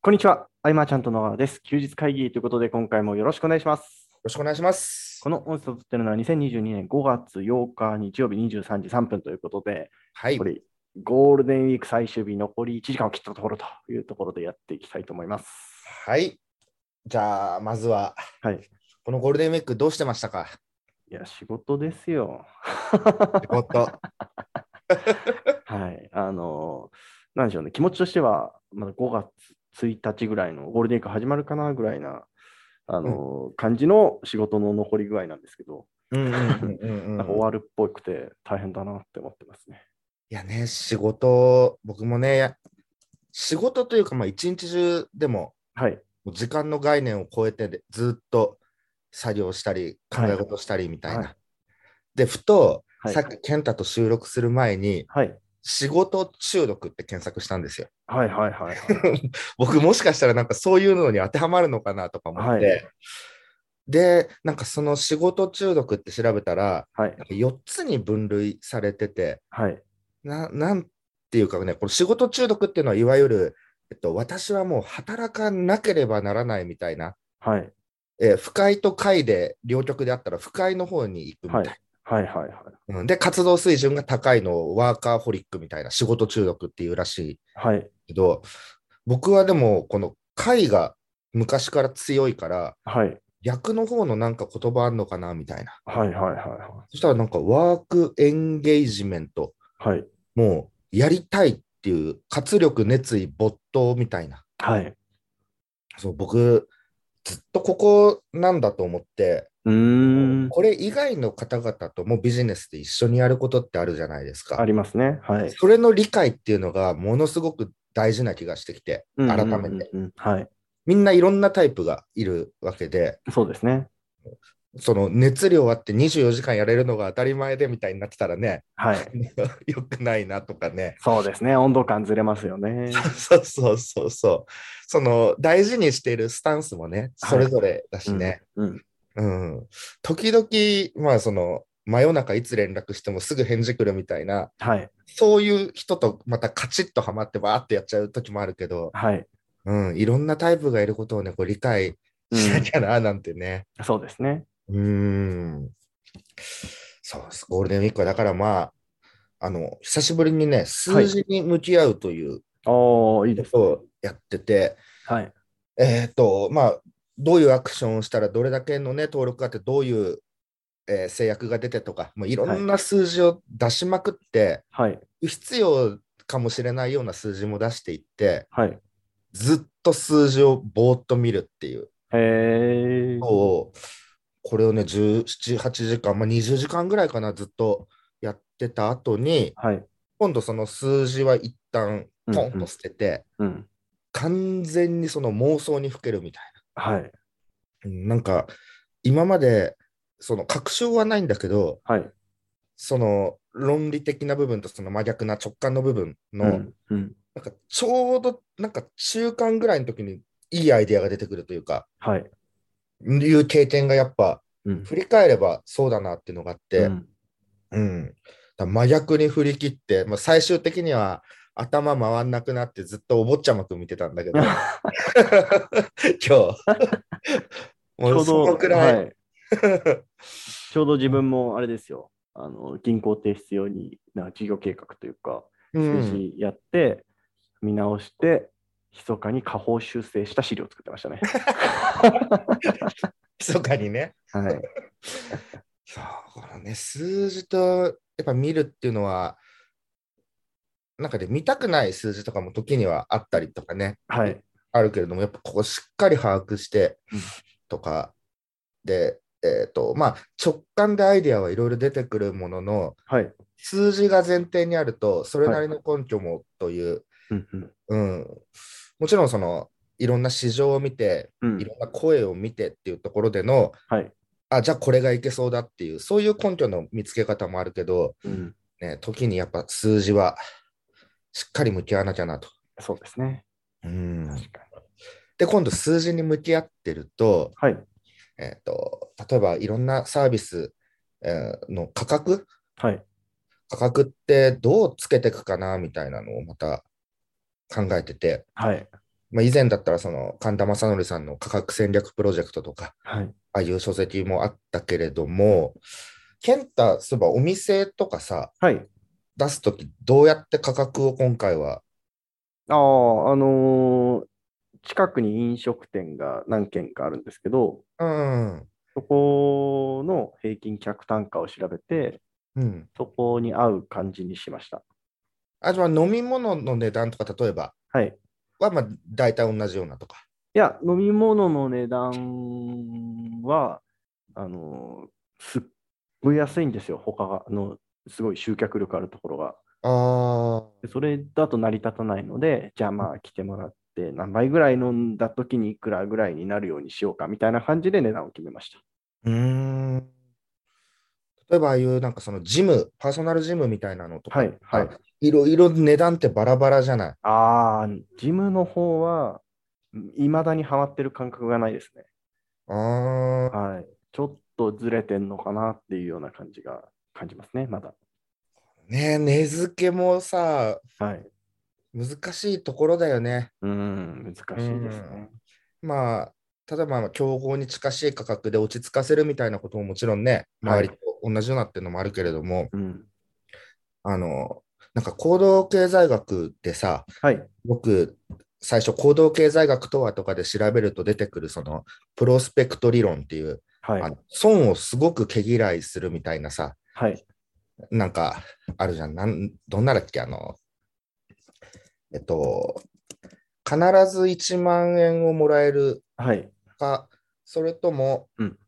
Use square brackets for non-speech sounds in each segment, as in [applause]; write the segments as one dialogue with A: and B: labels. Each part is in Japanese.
A: こんにちは。アイマーちゃんと野川です。休日会議ということで、今回もよろしくお願いします。
B: ろしくお願いします。
A: この音声を撮っているのは2022年5月8日日曜日23時3分ということで、
B: はい
A: こ。れゴールデンウィーク最終日残り1時間を切ったところというところでやっていきたいと思います。
B: はい。じゃあ、まずは、
A: はい。
B: このゴールデンウィークどうしてましたか
A: いや、仕事ですよ。
B: 仕事。
A: はい。あの、なんでしょうね。気持ちとしては、まだ5月1日ぐらいのゴールデンウィーク始まるかなぐらいな、あの、感じの仕事の残り具合なんですけど、
B: [laughs] うんうんうんう
A: なんか終
B: んうん。い
A: わるっぽくて大変だなって思ってますね。
B: やね、仕事、僕もね、や仕事というか、まあ、一日中でも、
A: はい。
B: もう時間の概念を超えてで、ずっと作業したり、考え事したりみたいな。
A: はい
B: で、ふと、
A: はい
B: さっき健太と収録する前に、
A: はい。
B: 仕事中毒って検索したんですよ。
A: はいはいはいはい。
B: 僕もしかしたらなんかそういうのに当てはまるのかなとか思って、
A: はい
B: でなんかその仕事中毒って調べたら
A: はい。
B: なんか4つに分類されてて
A: はい。
B: ななんていうかねこの仕事中毒っていうのはいわゆる、えっと、私はもう働かなければならないみたいな、
A: はい。
B: えー不快と快で両極であったら不快の方に行くみたいな、
A: はいはいはい。
B: うんで活動水準が高いのをワーカーホリックみたいな仕事中毒っていうらしい
A: はい。
B: けど、僕はでも、この会が昔から強いから、
A: はい。
B: 逆の方のなんか言葉あんのかなみたいな。
A: はいはいはいは
B: そしたらなんかワークエンゲージメント、
A: い。はい。
B: もうやりたいっていう活力、熱意、没頭みたいな。
A: はい。
B: そう僕、ずっとここなんだと思って、
A: うーん。
B: これ以外の方々ともビジネスで一緒にやることってあるじゃないですか
A: あ。りますね。はい。
B: それの理解っていうのがものすごく大事な気がしてきて、改
A: うんう
B: め
A: ん
B: て。
A: うんうん。はい。
B: みんないろんなタイプがいるわけで、
A: そうですね。
B: その熱量あって24時間やれるのが当たり前でみたいになってたらね、 [laughs]
A: はい。
B: よくないなとかね。
A: そうですね。温度感ずれますよね。
B: [laughs] そうそうそうそう。その大事にしているスタンスもね、
A: はい
B: それぞれだしね。
A: [laughs] うん。
B: うん。時々、まあその、真夜中いつ連絡してもすぐ返事来るみたいな、
A: はい。
B: そういう人とまたカチッとハマってバーってやっちゃう時もあるけど、
A: はい。
B: うん、いろんなタイプがいることをね、こう理解
A: [laughs] うん
B: しなきゃな、なんてね。
A: そうですね。
B: うーん。そうです。ゴールデンウィークは、だからまあ、あの、久しぶりにね、数字に向き合うという
A: おー、いいで
B: こ
A: す。
B: とをやってて、
A: はい。
B: えっ、と、まあ、どういうアクションをしたら、どれだけのね、登録があって、どういう、えー制約が出てとか、もういろんな数字を出しまくって、
A: はい。
B: 不必要かもしれないような数字も出していって、
A: はい。
B: ずっと数字をぼーっと見るっていう
A: えー。
B: をこれをね、17、8時間、まあ、20時間ぐらいかな、ずっとやってた後に、
A: はい。
B: 今度その数字は一旦
A: うん
B: ポンと捨てて、
A: うん。
B: 完全にその妄想にふけるみたい
A: はい。
B: な。うんなんか、今まで、その確証はないんだけど、
A: はい。
B: その論理的な部分とその真逆な直感の部分の、
A: うん。うん。
B: なんかちょうどなんか中間ぐらいの時にいいアイデアが出てくるというか、
A: はい。
B: いう経験がやっぱ
A: うん。
B: 振り返ればそうだなっていうのがあって、
A: うん
B: うん、だから真逆に振り切って、まあ、最終的には頭回んなくなってずっとお坊ちゃまくん見てたんだけ
A: [laughs]
B: ど今日
A: ち
B: も
A: ょ
B: う
A: うど、
B: そのくらい、
A: はちょうど自分もあれですよ。あの銀行提出用にな事業計画というか、
B: [laughs] う
A: 数
B: ん、
A: 字やって、見直して、密かに下方修正した資料を作ってました
B: [laughs]
A: ね。
B: 密かにね
A: はい、
B: そうこのね数字とやっぱ見るっていうのはなんかで見たくない数字とかも時にはあったりとかね
A: はい、
B: あるけれども、やっぱここしっかり把握して
A: うん
B: とか、で、えっ、と、まあ、直感でアイデアはいろいろ出てくるものの、
A: はい。
B: 数字が前提にあると、それなりの根拠もという、
A: うんうん
B: うん、もちろんその、いろんな市場を見て、
A: う
B: い
A: ん、
B: ろんな声を見てっていうところでの、
A: はい、
B: あ、じゃあこれがいけそうだっていう、そういう根拠の見つけ方もあるけど、
A: うん、
B: ね、時にやっぱ数字はしっかり向き合わなきゃなと。
A: そうですね。
B: うん
A: 確かに。
B: で、今度数字に向き合ってると、
A: はい、
B: えー、と例えばいろんなサービス、えーの価格
A: はい、
B: 価格ってどうつけていくかなみたいなのをまた考えてて
A: はい、
B: まあ、以前だったらその神田正則さんの価格戦略プロジェクトとか、
A: はい。
B: ああいう書籍もあったけれども、健太、そういえばお店とかさ、
A: はい。
B: 出すとき、どうやって価格を今回は、
A: ああ、あのー近くに飲食店が何軒かあるんですけど、
B: うん、
A: そこの平均客単価を調べて、
B: うん。
A: そこに合う感じにしました。
B: あ、じゃあ飲み物の値段とか、例えば、
A: はい。
B: はまあ大体同じようなとか。
A: いや、飲み物の値段は、あのーすっごい安いんですよ、他がの、すごい集客力あるところが。
B: あ
A: でそれだと成り立たないので、じゃあまあ来てもらって、何杯ぐらい飲んだ時にいくらぐらいになるようにしようかみたいな感じで値段を決めました。
B: あ、うーん。例えば、ああいうなんかそのジム、パーソナルジムみたいなのとか、
A: はい、はい。
B: いろいろ値段ってバラバラじゃない。
A: ああ、ジムの方は、いまだにハマってる感覚がないですね。
B: ああ、
A: はい。ちょっとずれてんのかなっていうような感じが感じますね、まだ。
B: ねえ、値付けもさ、
A: はい。
B: 難しいところだよね。
A: うん、難しいですね。
B: まあ、例えば、競合に近しい価格で落ち着かせるみたいなことももちろんね、
A: は
B: 周
A: い
B: りと同じようなっていうのもあるけれども、
A: うん。
B: あの、なんか行動経済学ってさ、
A: はい。
B: 僕、最初、行動経済学とはとかで調べると出てくる、その、プロスペクト理論っていう、
A: はい。
B: あの損をすごく毛嫌いするみたいなさ、
A: はい。
B: なんか、あるじゃん。なん、どんなだっけ、あの、えっと、必ず1万円をもらえる
A: はい。
B: か、それとも、
A: うん
B: [laughs]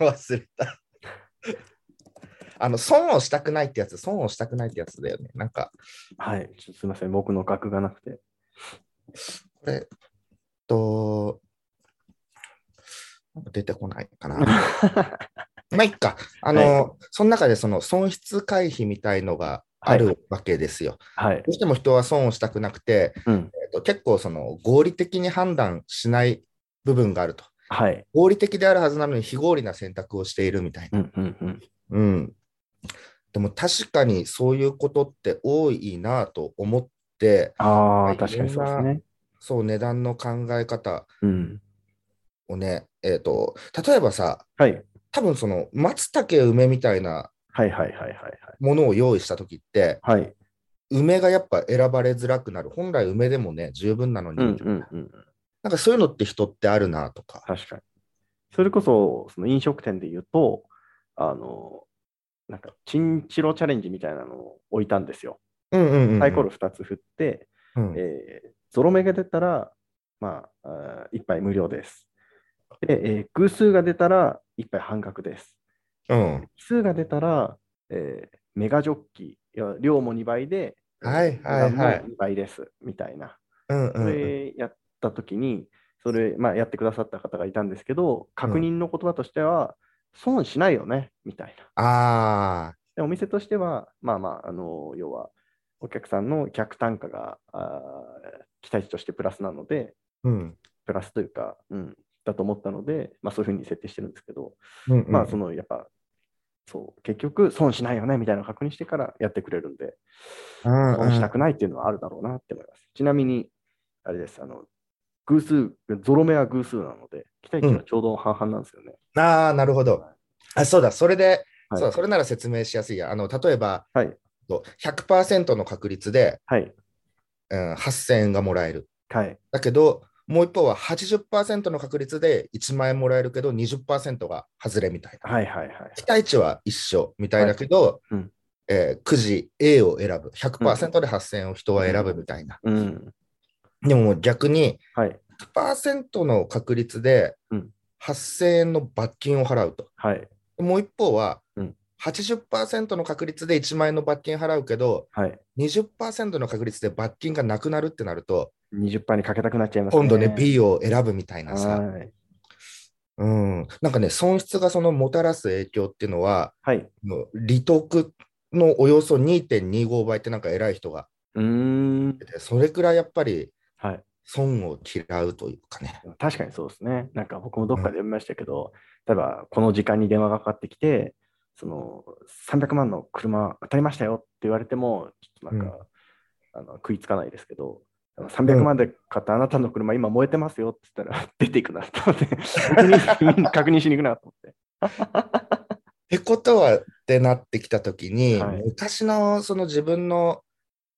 B: 忘れた。あの、損をしたくないってやつ、損をしたくないってやつだよね。なんか、
A: はい。ちょっとすみません。僕の額がなく
B: [laughs]
A: て。
B: これ、えっと、なんか出てこないかな。
A: は
B: まあ、いっか。あの、その中でその損失回避みたいのがあ
A: は
B: るわけですよ。
A: い
B: ど。うしても人は損をしたくなくて、
A: うん。
B: えっと、結構その合理的に判断しない部分があると。
A: はい。
B: 合理的であるはずなのに非合理な選択をしているみたいな。
A: うんうんうん。
B: うん。でも確かにそういうことって多いなと思って、
A: あ
B: は
A: あ、
B: い
A: 確かにそうですね。
B: そう値段の考え方
A: うん。
B: をね、えっ、と、例えばさ、
A: はい。
B: 多分その松茸梅みたいな
A: はいはいはいはい
B: ものを用意した時って、
A: はい。はい。
B: 梅がやっぱ選ばれづらくなる。本来梅でもね、十分なのに、
A: うんうんうん。
B: なんかそういうのって人ってあるなとか。
A: 確かに。それこそ、その飲食店で言うと、あの、なんか、チンチロチャレンジみたいなのを置いたんですよ。
B: うんうんうん。
A: サイコロ2つ振って、
B: うん。
A: えーゾロ目が出たら、まあ、あ1杯無料です。で、えー偶数が出たら、1杯半額です。
B: うん。
A: 奇数が出たら、えーメガジョッキー、いや量も2倍で、
B: はいはいはい
A: 2倍です、みたいな。
B: うんう
A: そ
B: んうん。
A: れやったときに、それ、まあ、やってくださった方がいたんですけど、確認の言葉としては、損しないよね、みたいな。
B: ああ、
A: でお店としては、まあまあ、あの要は、お客さんの客単価があー期待値としてプラスなので、
B: うん。
A: プラスというか、うん、だと思ったので、まあ、そういうふうに設定してるんですけど、
B: うんうん
A: まあ、その、やっぱ、そう、結局、損しないよね、みたいなのを確認してからやってくれるんで、
B: うんうん
A: 損したくないっていうのはあるだろうなって思います。ちなみに、あれです、あの、偶数、ゾロ目は偶数なので、期待値はちょうど半々なんですよね。
B: ああ、なるほど。あ、そうだ、それで、
A: はい
B: そうだ、それなら説明しやすいや。あの、例えば、
A: はい
B: と100%の確率で、
A: はい。
B: うん、8000円がもらえる。
A: はい。
B: だけど、もう一方は80%の確率で1万円もらえるけど、20%が外れみたいな。
A: はい。はい。はい。
B: 期待値は一緒みたいだけど、
A: うん
B: えーくじ A を選ぶ。100%で8000円を人は選ぶみたいな。
A: うん。
B: でも逆に、
A: はい。
B: 100%の確率で
A: うん
B: 8000円の罰金を払うと。
A: はい。
B: もう一方は、
A: うん
B: 80%の確率で1万円の罰金払うけど、
A: はい。
B: 20%の確率で罰金がなくなるってなると、
A: 20にかけたくなっちゃいますね。
B: 今度ね、B を選ぶみたいなさ、
A: はい。
B: うん、なんかね、損失がそのもたらす影響っていうのは、
A: はい。
B: もう利得のおよそ2.25倍ってなんか偉い人が
A: うーん。
B: 言ってて、それくらいやっぱり
A: はい。
B: 損を嫌うというかね。
A: 確かにそうですね。なんか僕もどっかで読みましたけど、例えばこの時間に電話がかかってきて、その300万の車当たりましたよって言われても、ちょっとなんか、あの食いつかないですけど、 300万で買ったあなたの車、今燃えてますよって言ったら、 [laughs] 出ていくなと思って、確認 [laughs] 確認しに行くなと思って。
B: てことはってなってきたときに、
A: はい
B: 昔のその自分の、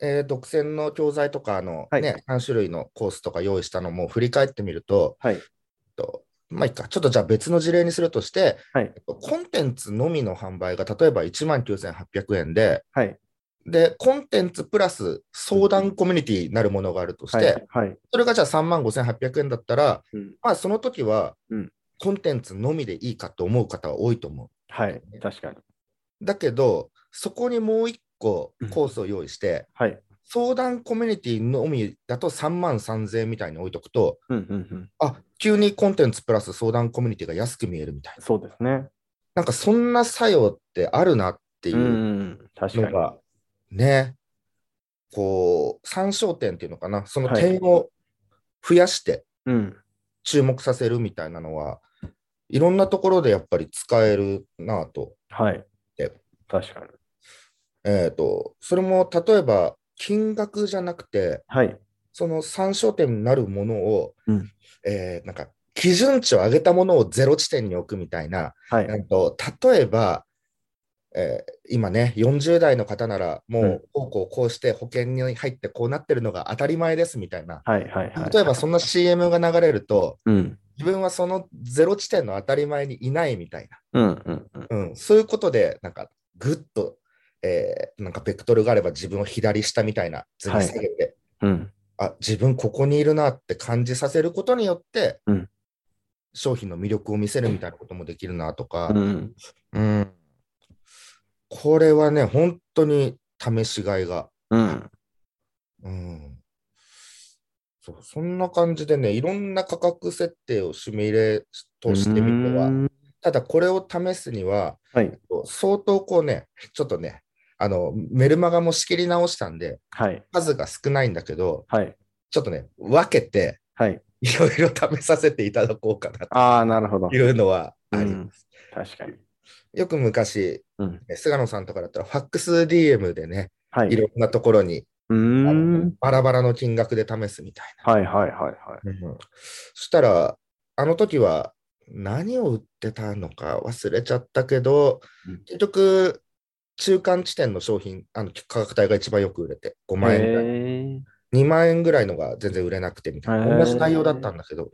B: えー独占の教材とかの、
A: はい
B: ね3種類のコースとか用意したのも振り返ってみると、
A: はい
B: とまあいいか、ちょっとじゃあ別の事例にするとして、
A: はい
B: えっとコンテンツのみの販売が例えば1万9800円で、
A: はい。
B: で、コンテンツプラス相談コミュニティになるものがあるとして、
A: はい。はい。
B: それがじゃあ3万5800円だったら、
A: うん
B: まあその時は、
A: うん
B: コンテンツのみでいいかと思う方は多いと思う。
A: はい。確かに。
B: だけど、そこにもう一個
A: うん
B: コースを用意して、
A: はい。
B: 相談コミュニティのみだと3万3000円みたいに置いとくと、
A: うんうんうん。
B: あ急にコンテンツプラス相談コミュニティが安く見えるみたいな。
A: そうですね。。
B: なんかそんな作用ってあるなっていううん
A: 確か
B: の
A: に。
B: が、ね、こう、参照点っていうのかな、その
A: はい
B: 点を増やして
A: うん。
B: 注目させるみたいなのは、いろんなところでやっぱり使えるなぁと
A: はい
B: で。
A: 確かに。
B: えー、とそれも例えば金額じゃなくて
A: はい。
B: その参照点になるものを、
A: うん
B: えーなんか基準値を上げたものをゼロ地点に置くみたいな、
A: は
B: え
A: い。
B: ー、と例えば、えー今ね40代の方ならも
A: うん
B: うこうこうこうして保険に入ってこうなってるのが当たり前ですみたいな
A: はい。はい。はい。
B: 例えばそんな CM が流れると
A: うん。
B: 自分はそのゼロ地点の当たり前にいないみたい
A: う
B: な。
A: ん。うん。うん。
B: うん、そういうことで、なんか、ぐっと、えーなんか、ベクトルがあれば自分を左下みたいな図に下げて、
A: うん。
B: あ、自分ここにいるなって感じさせることによって、
A: うん
B: 商品の魅力を見せるみたいなこともできるなとか、
A: うん。
B: うんこれはね、本当に試しがいが。
A: うん。
B: うんそうそんな感じでね、いろんな価格設定をシミュレートしてみては、
A: は。
B: ただこれを試すには、
A: はい。
B: 相当こうね、ちょっとね、あのメルマガも仕切り直したんで、
A: はい。
B: 数が少ないんだけど、
A: はい。
B: ちょっとね、分けて、
A: はい。
B: いろいろ試させていただこうかな
A: ああ、なるほど
B: と。いうのはあります。
A: 確かに。
B: よく昔、
A: うん。
B: ね菅野さんとかだったら、ファックス DM でね、
A: はいい。
B: ろんなところに、
A: うー
B: あの
A: ん。
B: バラバラの金額で試すみたい
A: はい。はい。はい。はい。
B: な。そしたら、あの時は、何を売ってたのか忘れちゃったけど
A: うん、
B: 結局、中間地点の商品、あの価格帯が一番よく売れて、5万円ぐらい。
A: へ
B: 2万円ぐらいのが全然売れなくてみたい
A: へー
B: な、同じ内容だったんだけど、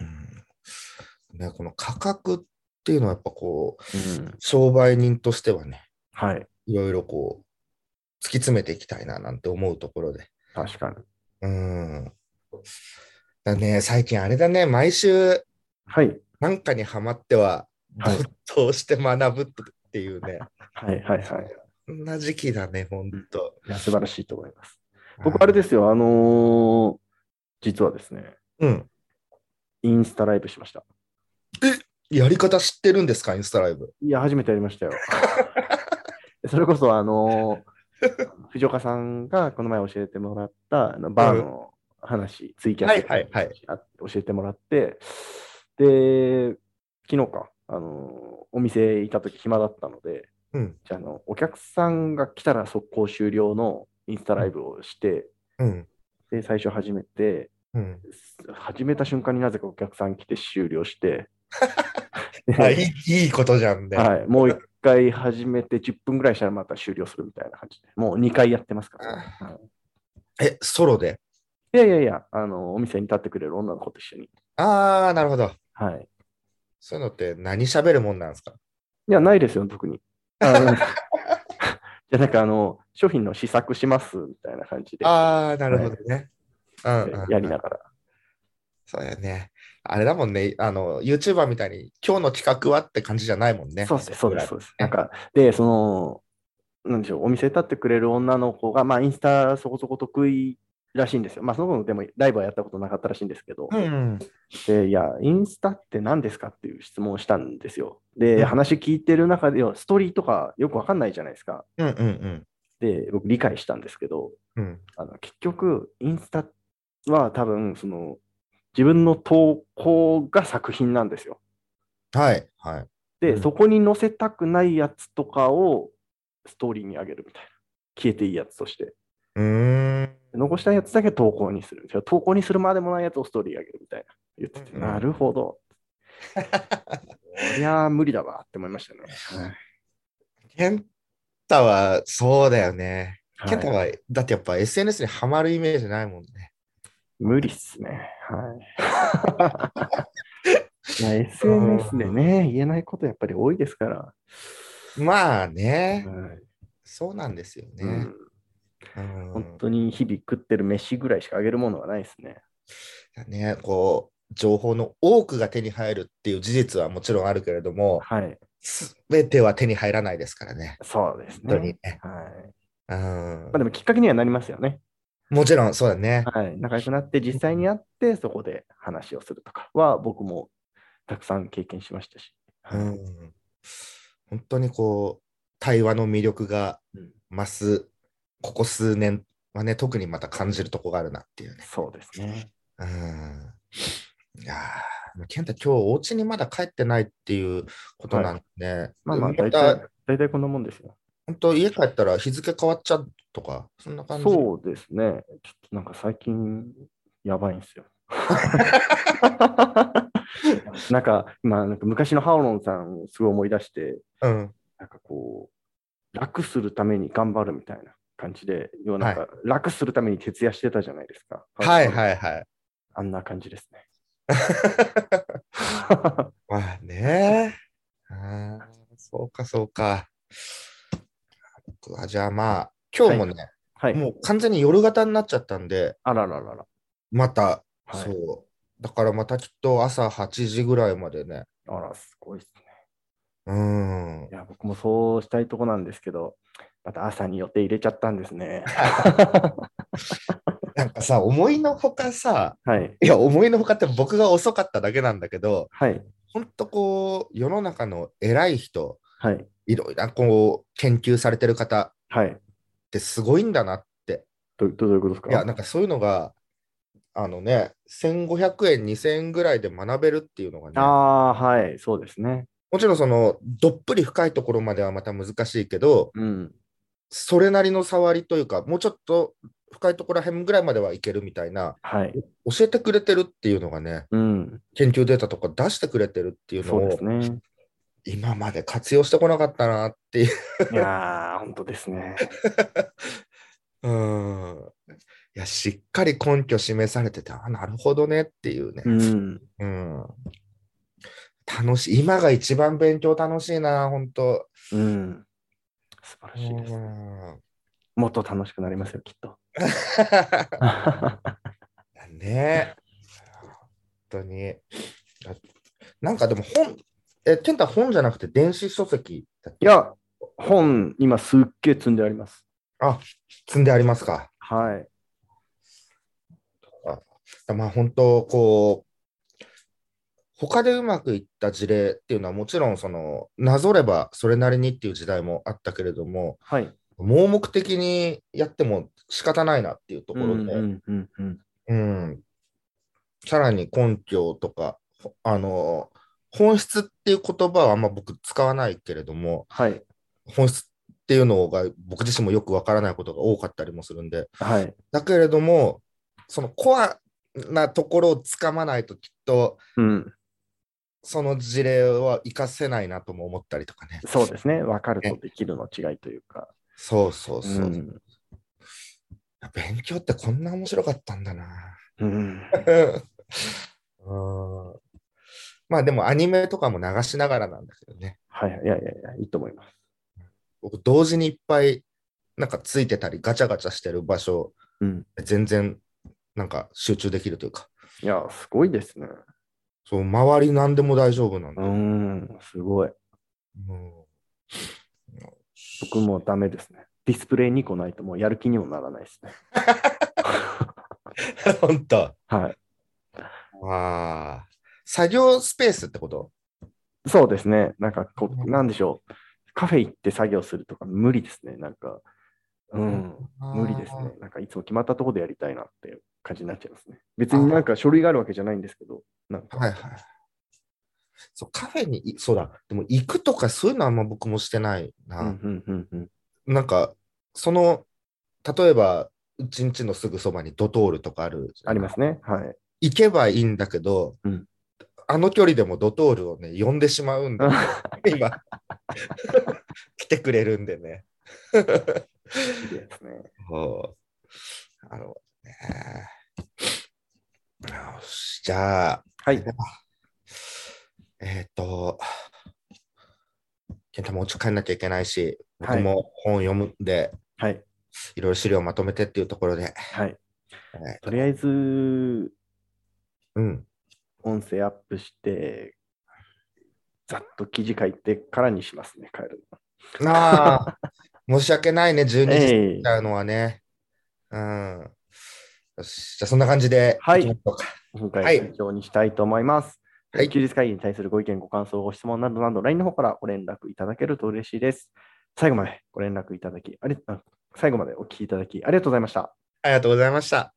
B: うんね、この価格っていうのはやっぱこう、
A: ーうん。
B: 商売人としてはね、
A: はい。
B: いろいろこう、突き詰めていきたいななんて思うところで。
A: 確かに。
B: うん。だね、最近あれだね、毎週
A: はい。
B: なんかにハマっては、
A: はい
B: 没頭して学ぶっていうね、
A: はい。はい。はい。
B: そんな時期だね、ほんと。
A: いや、素晴らしいと思います。僕、あれですよ。あのー、実はですね、
B: うん。
A: インスタライブしました。
B: やり方知ってるんですか、インスタライブ。
A: いや、初めてやりましたよ。
B: [laughs]
A: それこそ、あのー、藤岡さんがこの前教えてもらったあのバーの話、ツイキャスの
B: はいはい
A: 話あ教えてもらって、で、昨日か、あのーお店いた時暇だったので、
B: うん。
A: じゃああの、お客さんが来たら速攻終了のインスタライブをして、
B: うん。
A: で、最初始めて、
B: うん。
A: 始めた瞬間になぜかお客さん来て終了
B: [laughs]
A: して、
B: あいいいいことじゃんね。
A: はい、もう一回始めて10分ぐらいしたらまた終了するみたいな感じで、もう2回やってますから、はい
B: え、ソロで。
A: いやいやいや、あの、お店に立ってくれる女の子と一緒に。
B: ああ、なるほど。
A: はい。
B: そういうのって何喋るもんなんですか
A: いや、ないですよ、特に。あの [laughs] じゃあなんか、あの、商品の試作しますみたいな感じで、
B: ああ、なるほどね。うんうんうん
A: やりながら。
B: そうだよね。あれだもんね、あの、YouTuber みたいに、今日の企画はって感じじゃないもんね。
A: そうです、そうです、
B: そ
A: そうです。なんか、で、その、なんでしょう、お店立ってくれる女の子が、まあ、インスタそこそこ得意らしいんですよ。まあ、その子もでも、ライブはやったことなかったらしいんですけど、
B: ううん。
A: で、いや、インスタって何ですかっていう質問をしたんですよ。で、
B: うん
A: 話聞いてる中では、ストーリーとかよくわかんないじゃないですか。
B: うんうんうん。
A: で、僕理解したんですけど、
B: うん、
A: あの結局、インスタは多分、その、自分の投稿が作品なんですよ。
B: はい、はい。
A: で、
B: うん
A: そこに載せたくないやつとかをストーリーに上げるみたいな。消えていいやつとして。
B: うーん。
A: 残したやつだけ投稿にするんですよ。投稿にするまでもないやつをストーリー上げるみたいな。言ってて、
B: うん
A: なるほど。いやー、無理だわって思いましたね。
B: [laughs] 健太は、そうだよね。健太
A: はい
B: は、だってやっぱ SNS にハマるイメージないもんね。
A: 無理っすね。
B: [laughs]
A: はい。いや SNS でね、言えないことやっぱり多いですから。
B: まあね、
A: はい
B: そうなんですよ
A: う
B: ね
A: ん。
B: うん
A: 本当に日々食ってる飯ぐらいしかあげるものはないですね。
B: ね、こう、情報の多くが手に入るっていう事実はもちろんあるけれども、
A: はい。
B: すべては手に入らないですからね。
A: そうです
B: 本当に
A: ね。
B: ね。
A: はい。
B: うん
A: まあでもきっかけにはなりますよね。
B: もちろんそうだね。
A: はい。仲良くなって実際に会ってそこで話をするとかは僕もたくさん経験しましたし。は
B: う
A: い
B: ん本当にこう、対話の魅力が
A: うん
B: 増す、ここ数年はね、特にまた感じるとこがあるなっていうね。
A: そうですね。
B: うん。いやー、もう健太、今日お家にまだ帰ってないっていうことなんでね、
A: まあまあ
B: ま
A: 大
B: た
A: 体、大体こんなもんですよ。
B: 本当、家帰ったら日付変わっちゃうとか、そんな感じ。
A: そうですね。ちょっとなんか最近やばいんです
B: [laughs]
A: よ。なんか、まあ、なんか昔のハオロンさんをすごい思い出して、
B: うん。
A: なんかこう、楽するために頑張るみたいな感じで、要はなんか、楽するために徹夜してたじゃないですか。。
B: はいはいいはい。 [laughs]
A: あんな感じですね。
B: まあね。あーそうかそうか。僕はじゃあまあ、今日もね、
A: はい。
B: もう完全に夜型になっちゃったんで、
A: あらららら。
B: また、
A: はい
B: そう。だからまたきっと朝8時ぐらいまでね。
A: あら、すごいですね。
B: うーん
A: い。や、僕もそうしたいとこなんですけど、また朝に予定入れちゃったんです
B: [laughs]
A: ね。
B: なんかさ、思いのほかさ、
A: はい。
B: いや、思いのほかって僕が遅かっただけなんだけど、
A: はい。
B: ほんとこう、世の中の偉い人、
A: はい。
B: いろいろなこう、研究されてる方っ
A: はい。
B: てすごいんだなって
A: どどういうことですか
B: いや、なんかそういうのが、あのね、1500円、2000円ぐらいで学べるっていうのがね、
A: ああー、はい、そうですね。
B: もちろんその、どっぷり深いところまではまた難しいけど、
A: うん。
B: それなりの触りというか、もうちょっと深いところら辺ぐらいまではいけるみたいな、
A: はい。
B: 教えてくれてるっていうのがね、
A: うん。
B: 研究データとか出してくれてるっていうの
A: そうで
B: を
A: す、ね。
B: 今まで活用してこなかったなっていう。
A: い
B: [laughs]
A: やー、本当ですね。
B: うん。いや、しっかり根拠示されてて、あ、なるほどねっていうね。
A: うん。
B: うん。楽しい。今が一番勉強楽しいな、本当。
A: うん。素晴らしいです
B: う
A: ね。
B: ん
A: もっと楽しくなりますよ、きっ
B: [laughs]
A: と。
B: ねえ。本当に。あなんかでも本、え、健太本じゃなくて電子書籍だっ
A: いや、本、今すっげえ積んであります。
B: 積んでありますか。
A: はい。
B: まあ本当、こう、他でうまくいった事例っていうのはもちろんその、なぞればそれなりにっていう時代もあったけれども、
A: はい。
B: 盲目的にやっても仕方ないなっていうところで、
A: うんうんうん
B: うん。さらに根拠とか、ほあの、本質っていう言葉はあんま僕使わないけれども、
A: はい。
B: 本質っていうのが僕自身もよくわからないことが多かったりもするんで、
A: はい。
B: だけれども、そのコアなところをつかまないときっと、
A: うん。
B: その事例は活かせないなとも思ったりとかね。
A: そうですね。分かるとできるの違いというか。
B: そうそうそうう。
A: ん。
B: 勉強ってこんな面白かったんだな。
A: うん。
B: うんまあでもアニメとかも流しながらなんだけどね。
A: はい。いやいやいや、いいと思います。
B: 僕同時にいっぱいなんかついてたりガチャガチャしてる場所
A: うん。
B: 全然なんか集中できるというか
A: いや、すごいですね。
B: そう周り何でも大丈夫なんだ、
A: うん。すごい。
B: もう
A: 僕もダメですね。ディスプレイ2個ないともうやる気にもならないですね。
B: [laughs] 本当
A: はい。
B: あー作業スペースってこと
A: そうですね。なんかこう、なんでしょう。カフェ行って作業するとか無理ですね。なんか、うん。無理ですね。なんかいつも決まったところでやりたいなっていう感じになっちゃいますね。別になんか書類があるわけじゃないんですけど、なん
B: あ
A: か、
B: ーはいはいそうカフェにいそうだでも行くとかそういうのはあんま僕もしてないな、
A: うんうんうんうん。
B: なんかその例えばうちんちのすぐそばにドトールとかある。
A: ありますね。はい。
B: 行けばいいんだけど、
A: うん
B: あの距離でもドトールをね、呼んでしまう
A: [laughs]
B: んだよ。今。 [laughs] 来てくれるんでね。
A: いいですね。
B: そうあのね。よし、じゃあ、
A: はい。
B: えっ、と、健太もうちょっと帰んなきゃいけないし、
A: はい
B: 僕も本読むんで、
A: はい。
B: いろいろ資料まとめてっていうところで、
A: はい。
B: えー
A: とりあえず、
B: うん、
A: 音声アップして、ざっと記事書いてからにしますね、帰る
B: なあ、
A: [laughs]
B: 申し訳ないね、12時
A: の。
B: 過ぎ
A: ええ
B: ちゃうのはね。うん。よし、じゃあそんな感じで、
A: はい
B: きましょうか
A: 今
B: はい
A: 回以上にしたいと思います。
B: はい
A: 休日会議に対するご意見、ご感想、ご質問などなど、LINE の方からご連絡いただけると嬉しいです。最後までご連絡いただき、ありあ最後までお聞きいただきありがとうございました。
B: ありがとうございました。